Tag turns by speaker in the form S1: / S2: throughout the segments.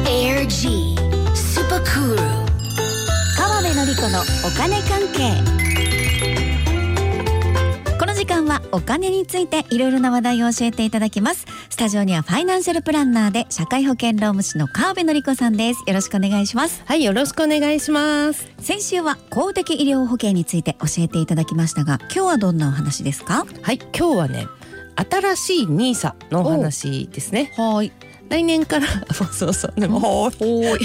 S1: G スーパークール川辺典子のお金関係この時間はお金についていろいろな話題を教えていただきますスタジオにはファイナンシャルプランナーで社会保険労務士の川辺典子さんですよろしくお願いします
S2: はい、よろしくお願いします。
S1: 先週は公的医療保険について教えていただきましたが今日はどんなお話ですか
S2: はい、今日はね、新しいニーサのお話ですね。
S1: はい
S2: 来年から、 そうそうそう、でも、ほー
S1: おい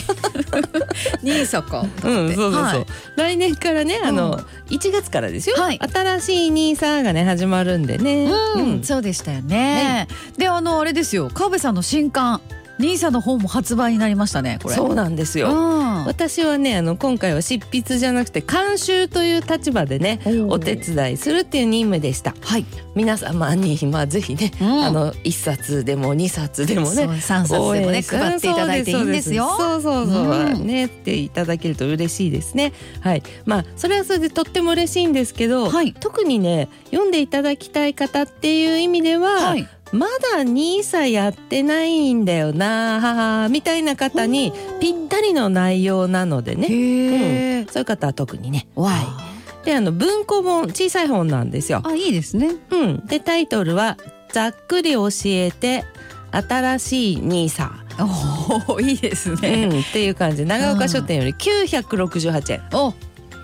S1: ニーサか
S2: うん、そうそうそう、
S1: はい
S2: 来年からね、あ
S1: う
S2: の、一1月からですよ。
S1: はい
S2: 新しいニーサがね、始まるんでね。
S3: うん、
S2: うん
S3: そうでしたよね。で、あのあれですよ、川辺さんの新刊、ニーサの方も発売になりましたね。これ。
S2: そう
S3: う
S2: なんですよ。
S3: ん。
S2: 私はねあの今回は執筆じゃなくて監修という立場でねお手伝いするっていう任務でした
S3: はい。
S2: 皆様にまあぜひね、
S3: うん
S2: あの1冊でも2冊でもね
S3: そう三冊でもね配っていただいていいんですよ。
S2: そうそうそう、
S3: うん
S2: ねっていただけると嬉しいですね。はい、まあそれはそれでとっても嬉しいんですけど、
S3: はい
S2: 特にね読んでいただきたい方っていう意味では、
S3: はい。
S2: まだニーサやってないんだよなみたいな方にぴったりの内容なのでね、
S3: へえ。
S2: そういう方は特にね。
S3: わ
S2: は
S3: あ。
S2: い。であの文庫本小さい本なんですよ。
S3: あ、いいですね。
S2: うん。でタイトルはざっくり教えて新しいニーサ。
S3: おお、いいですね。
S2: うん、っていう感じ長岡書店より968円、
S3: お、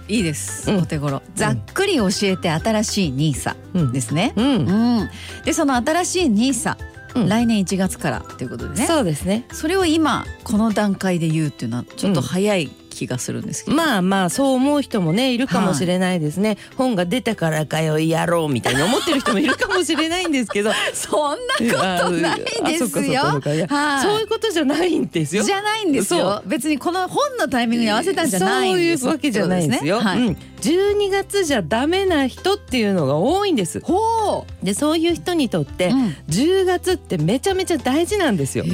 S3: いいです。
S2: うん
S3: お手頃。ざっくり教えて新しいニーサ
S2: うん
S3: ですね。
S2: う
S3: うんん。で、その新しいニーサ、
S2: うん
S3: 来年1月からということでね。
S2: そうですね
S3: それを今この段階で言うっていうのはちょっと早い気がするんですけど、
S2: まあまあそう思う人もねいるかもしれないですね、本が出たからかよやろうみたいに思ってる人もいるかもしれないんですけ ど
S3: そんなことないですよ。
S2: ああそっかそっかそっかいや
S3: はい
S2: そういうことじゃないんですよ
S3: じゃないんですよ。別にこの本のタイミングに合わせたんじゃないんです
S2: そういうわけじゃないんですよ
S3: ってこと
S2: う
S3: ね
S2: ん、12月じゃダメな人っていうのが多いんです
S3: ほ
S2: でそういう人にとって、
S3: う、うん
S2: 10月ってめちゃめちゃ大事なんですよ。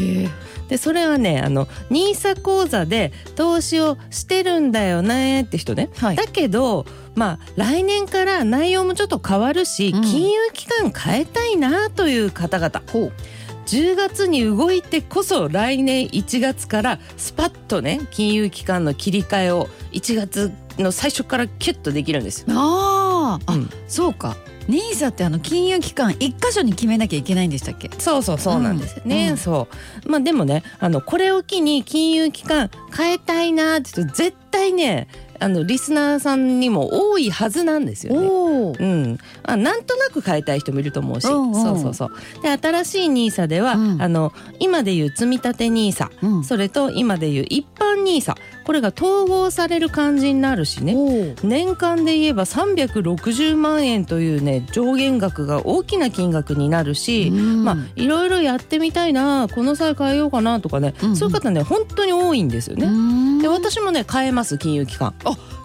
S2: でそれはねあの NISA 講座で投資をしてるんだよねって人ね、
S3: はい
S2: だけどまあ来年から内容もちょっと変わるし、
S3: うん
S2: 金融機関変えたいなという方々10月に動いてこそ来年1月からスパッとね金融機関の切り替えを1月の最初からキュッとできるんですよ。
S3: あーあ、
S2: うん
S3: そうか。ニーサってあの金融機関一箇所に決めなきゃいけないんでしたっけ？
S2: そうそうそうなんですよね、
S3: うんうん
S2: そうまあでもねあのこれを機に金融機関変えたいなって言うと絶対ねあのリスナーさんにも多いはずなんですよね。
S3: おお、
S2: うん、あなんとなく変えたい人もいると思うし、
S3: うんうん
S2: そうそうそうで新しい NISA では、
S3: うん
S2: あの今でいう積み立て NISA
S3: うん
S2: それと今でいう一般 NISA これが統合される感じになるしね
S3: おー
S2: 年間で言えば360万円というね上限額が大きな金額になるし、
S3: うん
S2: まあ、いろいろやってみたいなこの際変えようかなとかね、
S3: うんうん
S2: そういう方ね本当に多いんですよ
S3: う
S2: ね。
S3: ん
S2: で私もね変えます金融機関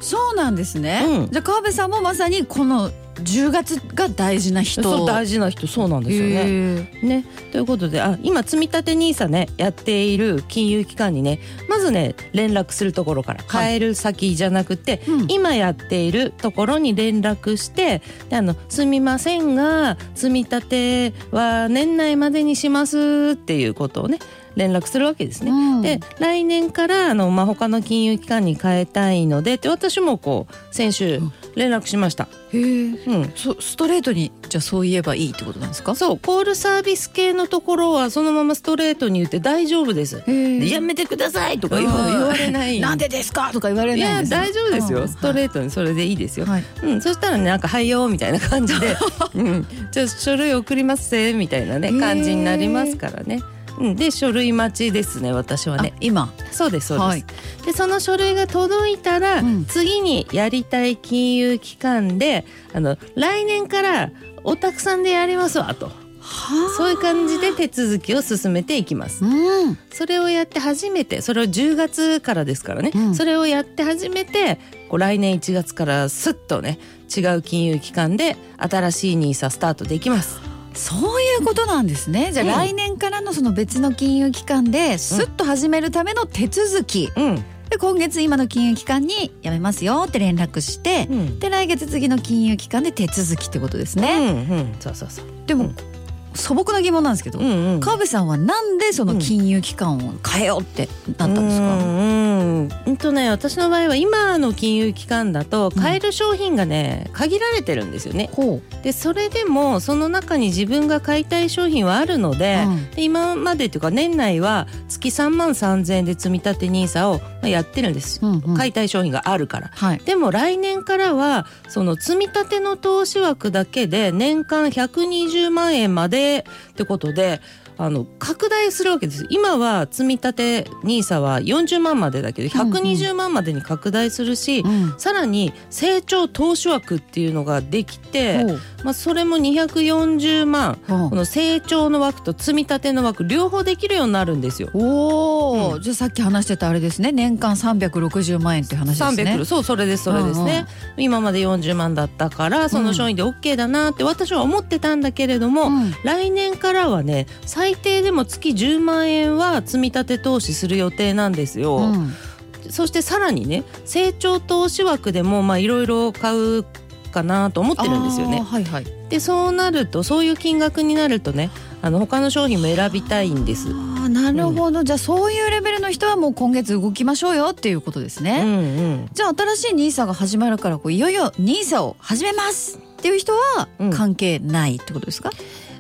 S3: そうなんですね。
S2: うん
S3: じゃあ川辺さんもまさにこの10月が大事な人。
S2: そう大事な人そうなんですよね。
S3: ね。
S2: ねということであ今積み立て NISA ねやっている金融機関にねまずね連絡するところから
S3: はい
S2: 変える先じゃなくて、
S3: うん
S2: 今やっているところに連絡して「であのすみませんが積み立ては年内までにします」っていうことをね連絡するわけですね。
S3: うん
S2: で来年からあの、まあ、他の金融機関に変えたいのでって私もこう先週
S3: うん
S2: 連絡しました。
S3: へえ。
S2: うん
S3: そストレートにじゃあそう言えばいいってことなんですか。
S2: そうコールサービス系のところはそのままストレートに言って大丈夫です。
S3: へ
S2: でやめてくださいとか言
S3: う
S2: わ
S3: ん
S2: 言われない。
S3: なんでですかとか言われ
S2: い
S3: ない
S2: や
S3: んですね。
S2: 大丈夫ですよ、スト
S3: ー
S2: レートにそれでいいですよ。
S3: はい。
S2: うん、そしたらねなんか「はいよ」みたいな感 じで「うん、じゃあ書類送りますぜ」みたいな
S3: へー
S2: ね感じになりますからね。うん、で書類待ちですね私は
S3: あ
S2: ね。
S3: 今。
S2: そうですそうです。
S3: はい
S2: でその書類が届いたら、
S3: うん
S2: 次にやりたい金融機関であの来年からおたくさんでやりますわと
S3: は
S2: そういう感じで手続きを進めていきます。
S3: うん。
S2: それをやって初めてそれを10月からですからね、
S3: うん
S2: それをやって初めてこう来年1月からすっとね違う金融機関で新しいニーサスタートできます。
S3: そういうことなんですね。じゃあ
S2: うん
S3: 来年からのその別の金融機関ですっと始めるための手続き。
S2: うん
S3: で今月今の金融機関にやめますよって連絡して。
S2: うん
S3: で来月次の金融機関で手続きってことです
S2: うん
S3: ね、
S2: うん、そうそうそう
S3: でも、
S2: うん
S3: 素朴な疑問なんですけど、
S2: うんうん
S3: 川辺さんはなんでその金融機関を変えようってなったんです
S2: う
S3: か、
S2: んうんうんとね私の場合は今の金融機関だと買える商品がね限られてるんですよね。
S3: ほう、
S2: でそれでもその中に自分が買いたい商品はあるので,、
S3: うん
S2: で今までというか年内は月3万3000円で積み立て NISA をまあやってるんです。
S3: うんうん
S2: 買いたい商品があるから。
S3: はい
S2: でも来年からはその積み立ての投資枠だけで年間120万円までってことであの拡大するわけです今は積み立て NISA は40万までだけど
S3: うんうん
S2: 120万までに拡大するし、
S3: うん
S2: さらに成長投資枠っていうのができて、
S3: ほう
S2: まあ、それも240万
S3: ほ
S2: こ
S3: う
S2: の成長の枠と積み立ての枠両方できるようになるんですよ。
S3: おお、
S2: う
S3: じゃあさっき話してたあれですね年間360万円って話ですね
S2: 300そうそれですそれですね、今まで40万だったからその商品で OK だなって私は思ってたんだけれども、
S3: うん
S2: 来年からはね最低でも月10万円は積み立て投資する予定なんですよ、
S3: うん
S2: そしてさらにね成長投資枠でもまあいろいろ買うかなと思ってるんですよ
S3: あー
S2: ね
S3: はいはい
S2: でそうなるとそういう金額になるとねあの他の商品も選びたいんです
S3: あーなるほど、じゃあそういうレベルの人はもう今月動きましょうよっていうことですね、
S2: うんうん
S3: じゃあ新しいニーサが始まるからこういよいよニーサを始めますっていう人は
S2: うん
S3: 関係ないってことですか、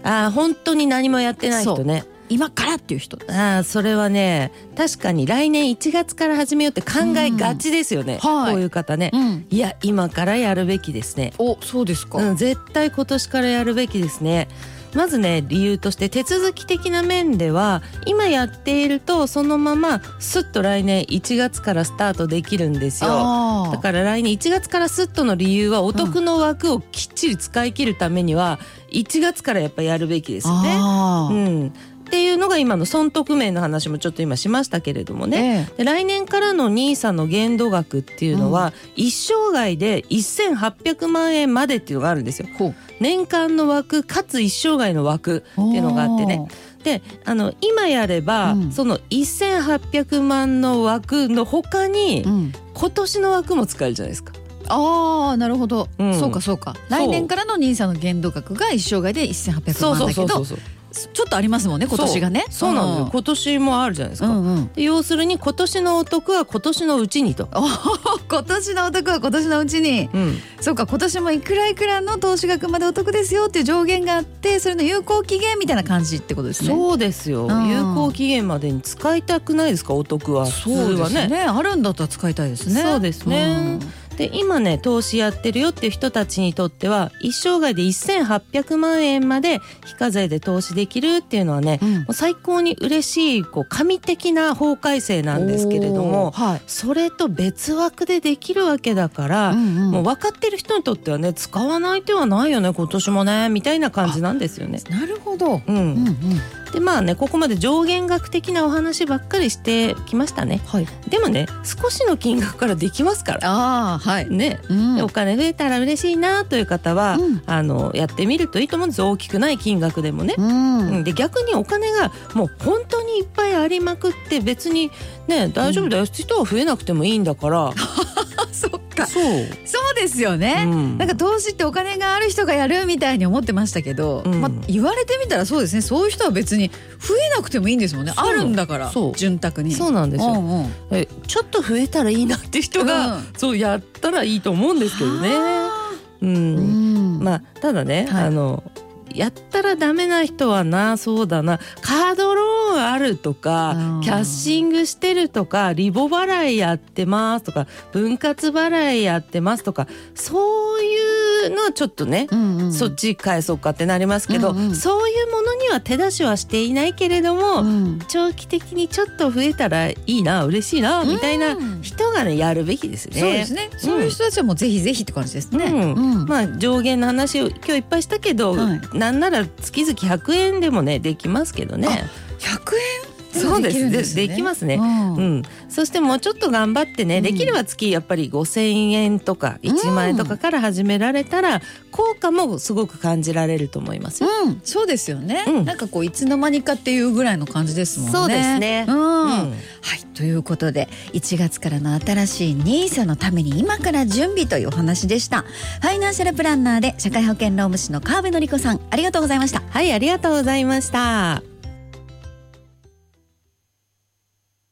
S2: ああ本当に何もやってない人ね
S3: 今からっていう人
S2: ああそれはね確かに来年1月から始めようって考えがちですよね、
S3: うんはい
S2: こういう方ね、
S3: うん
S2: いや今からやるべきですね
S3: おそうですか
S2: うん、絶対今年からやるべきですねまずね理由として手続き的な面では今やっているとそのまますっと来年1月からスタートできるんですよ
S3: あー
S2: だから来年1月からスッとの理由はお得の枠をきっちり使い切るためには1月からやっぱやるべきですよね
S3: あ
S2: う
S3: ー
S2: ん、っていうのが今の損得面の話もちょっと今しましたけれどもね。
S3: ね
S2: で来年からの NISA の限度額っていうのは、一生涯で1800万円までっていうのがあるんですよ。
S3: ほう
S2: 年間の枠かつ一生涯の枠っていうのがあってね。であの今やれば、
S3: うん
S2: その1800万の枠の他に、
S3: おーうん
S2: 今年の枠も使えるじゃないですか。
S3: ああなるほど、
S2: うん
S3: そうかそうか来年からのニーサの限度額が一生涯で1800万だけど
S2: そう
S3: ちょっとありますもんね今年がね
S2: そうなんですよ
S3: ん
S2: 今年もあるじゃないですか。
S3: うんうん、
S2: で要するに今年のお得は今年のうちにと。
S3: 今年のお得は今年のうちに
S2: うん、
S3: そうか今年もいくらいくらの投資額までお得ですよっていう上限があってそれの有効期限みたいな感じってことですね。
S2: そうですよ、
S3: うん
S2: 有効期限までに使いたくないですかお得は
S3: そうですね
S2: 普通は
S3: あるんだったら使いたいですね。
S2: そうですねで今ね投資やってるよっていう人たちにとっては一生涯で1800万円まで非課税で投資できるっていうのはね、
S3: うん、
S2: もう最高に嬉しいこう神的な法改正なんですけれど
S3: お
S2: も
S3: ーはい
S2: それと別枠でできるわけだから、
S3: んん
S2: もう分かってる人にとってはね使わない手はないよね今年もねみたいな感じなんですよね。
S3: なるほど。
S2: うん
S3: うんうん、
S2: でまあねここまで上限額的なお話ばっかりしてきましたね
S3: はい。
S2: でもね少しの金額からできますから
S3: ああはい。
S2: ね、
S3: うん
S2: でお金増えたら嬉しいなという方は、
S3: うん
S2: あのやってみるといいと思うんです大きくない金額でもね、
S3: うん
S2: うんで逆にお金がもう本当にいっぱいありまくって別にね大丈夫だよ、人は増えなくてもいいんだから
S3: あそっか。
S2: そう、
S3: そうですよね。
S2: うん
S3: なんか投資ってお金がある人がやるみたいに思ってましたけど、
S2: うん
S3: まあ、言われてみたらそうですねそういう人は別に増えなくてもいいんですもんね
S2: そう
S3: あるんだから
S2: そう
S3: 潤沢に
S2: そうなんですよ、
S3: んうん
S2: えちょっと増えたらいいなって人が、
S3: うん
S2: そうやったらいいと思うんですけどね。うん
S3: うん
S2: まあただね、
S3: はい
S2: あのやったらダメな人はなそうだなカードローンあると
S3: う
S2: か
S3: ん
S2: キャッシングしてるとかリボ払いやってますとか分割払いやってますとかそういうのはちょっとね、
S3: うんうん
S2: そっち返そうかってなりますけど、
S3: うんうん
S2: そういうものには手出しはしていないけれども、
S3: うん
S2: 長期的にちょっと増えたらいいな嬉しいなみたいな
S3: うん
S2: 人がねやるべきですね。
S3: そうですね、そういう人たちはもうぜひぜひって感じですね、
S2: うん
S3: うん
S2: まあ上限の話を今日いっぱいしたけど、
S3: はい
S2: なんなら月々100円でもねできますけどね。
S3: 100円
S2: そうです
S3: も
S2: で
S3: ね
S2: できますね
S3: う。ん
S2: うん、そしてもうちょっと頑張ってね、
S3: うん
S2: できれば月やっぱり5,000円とか1万円とかから始められたら、効果もすごく感じられると思いますよ。
S3: うんそうですよね、
S2: うん
S3: なんかこういつの間にかっていうぐらいの感じですもんね
S2: そうですね
S3: うん
S2: う
S3: は
S2: ん
S3: いということで1月からの新しいニーサのために今から準備というお話でしたファイナンシャルプランナーで社会保険労務士の川辺典子さんありがとうございました
S2: はいありがとうございました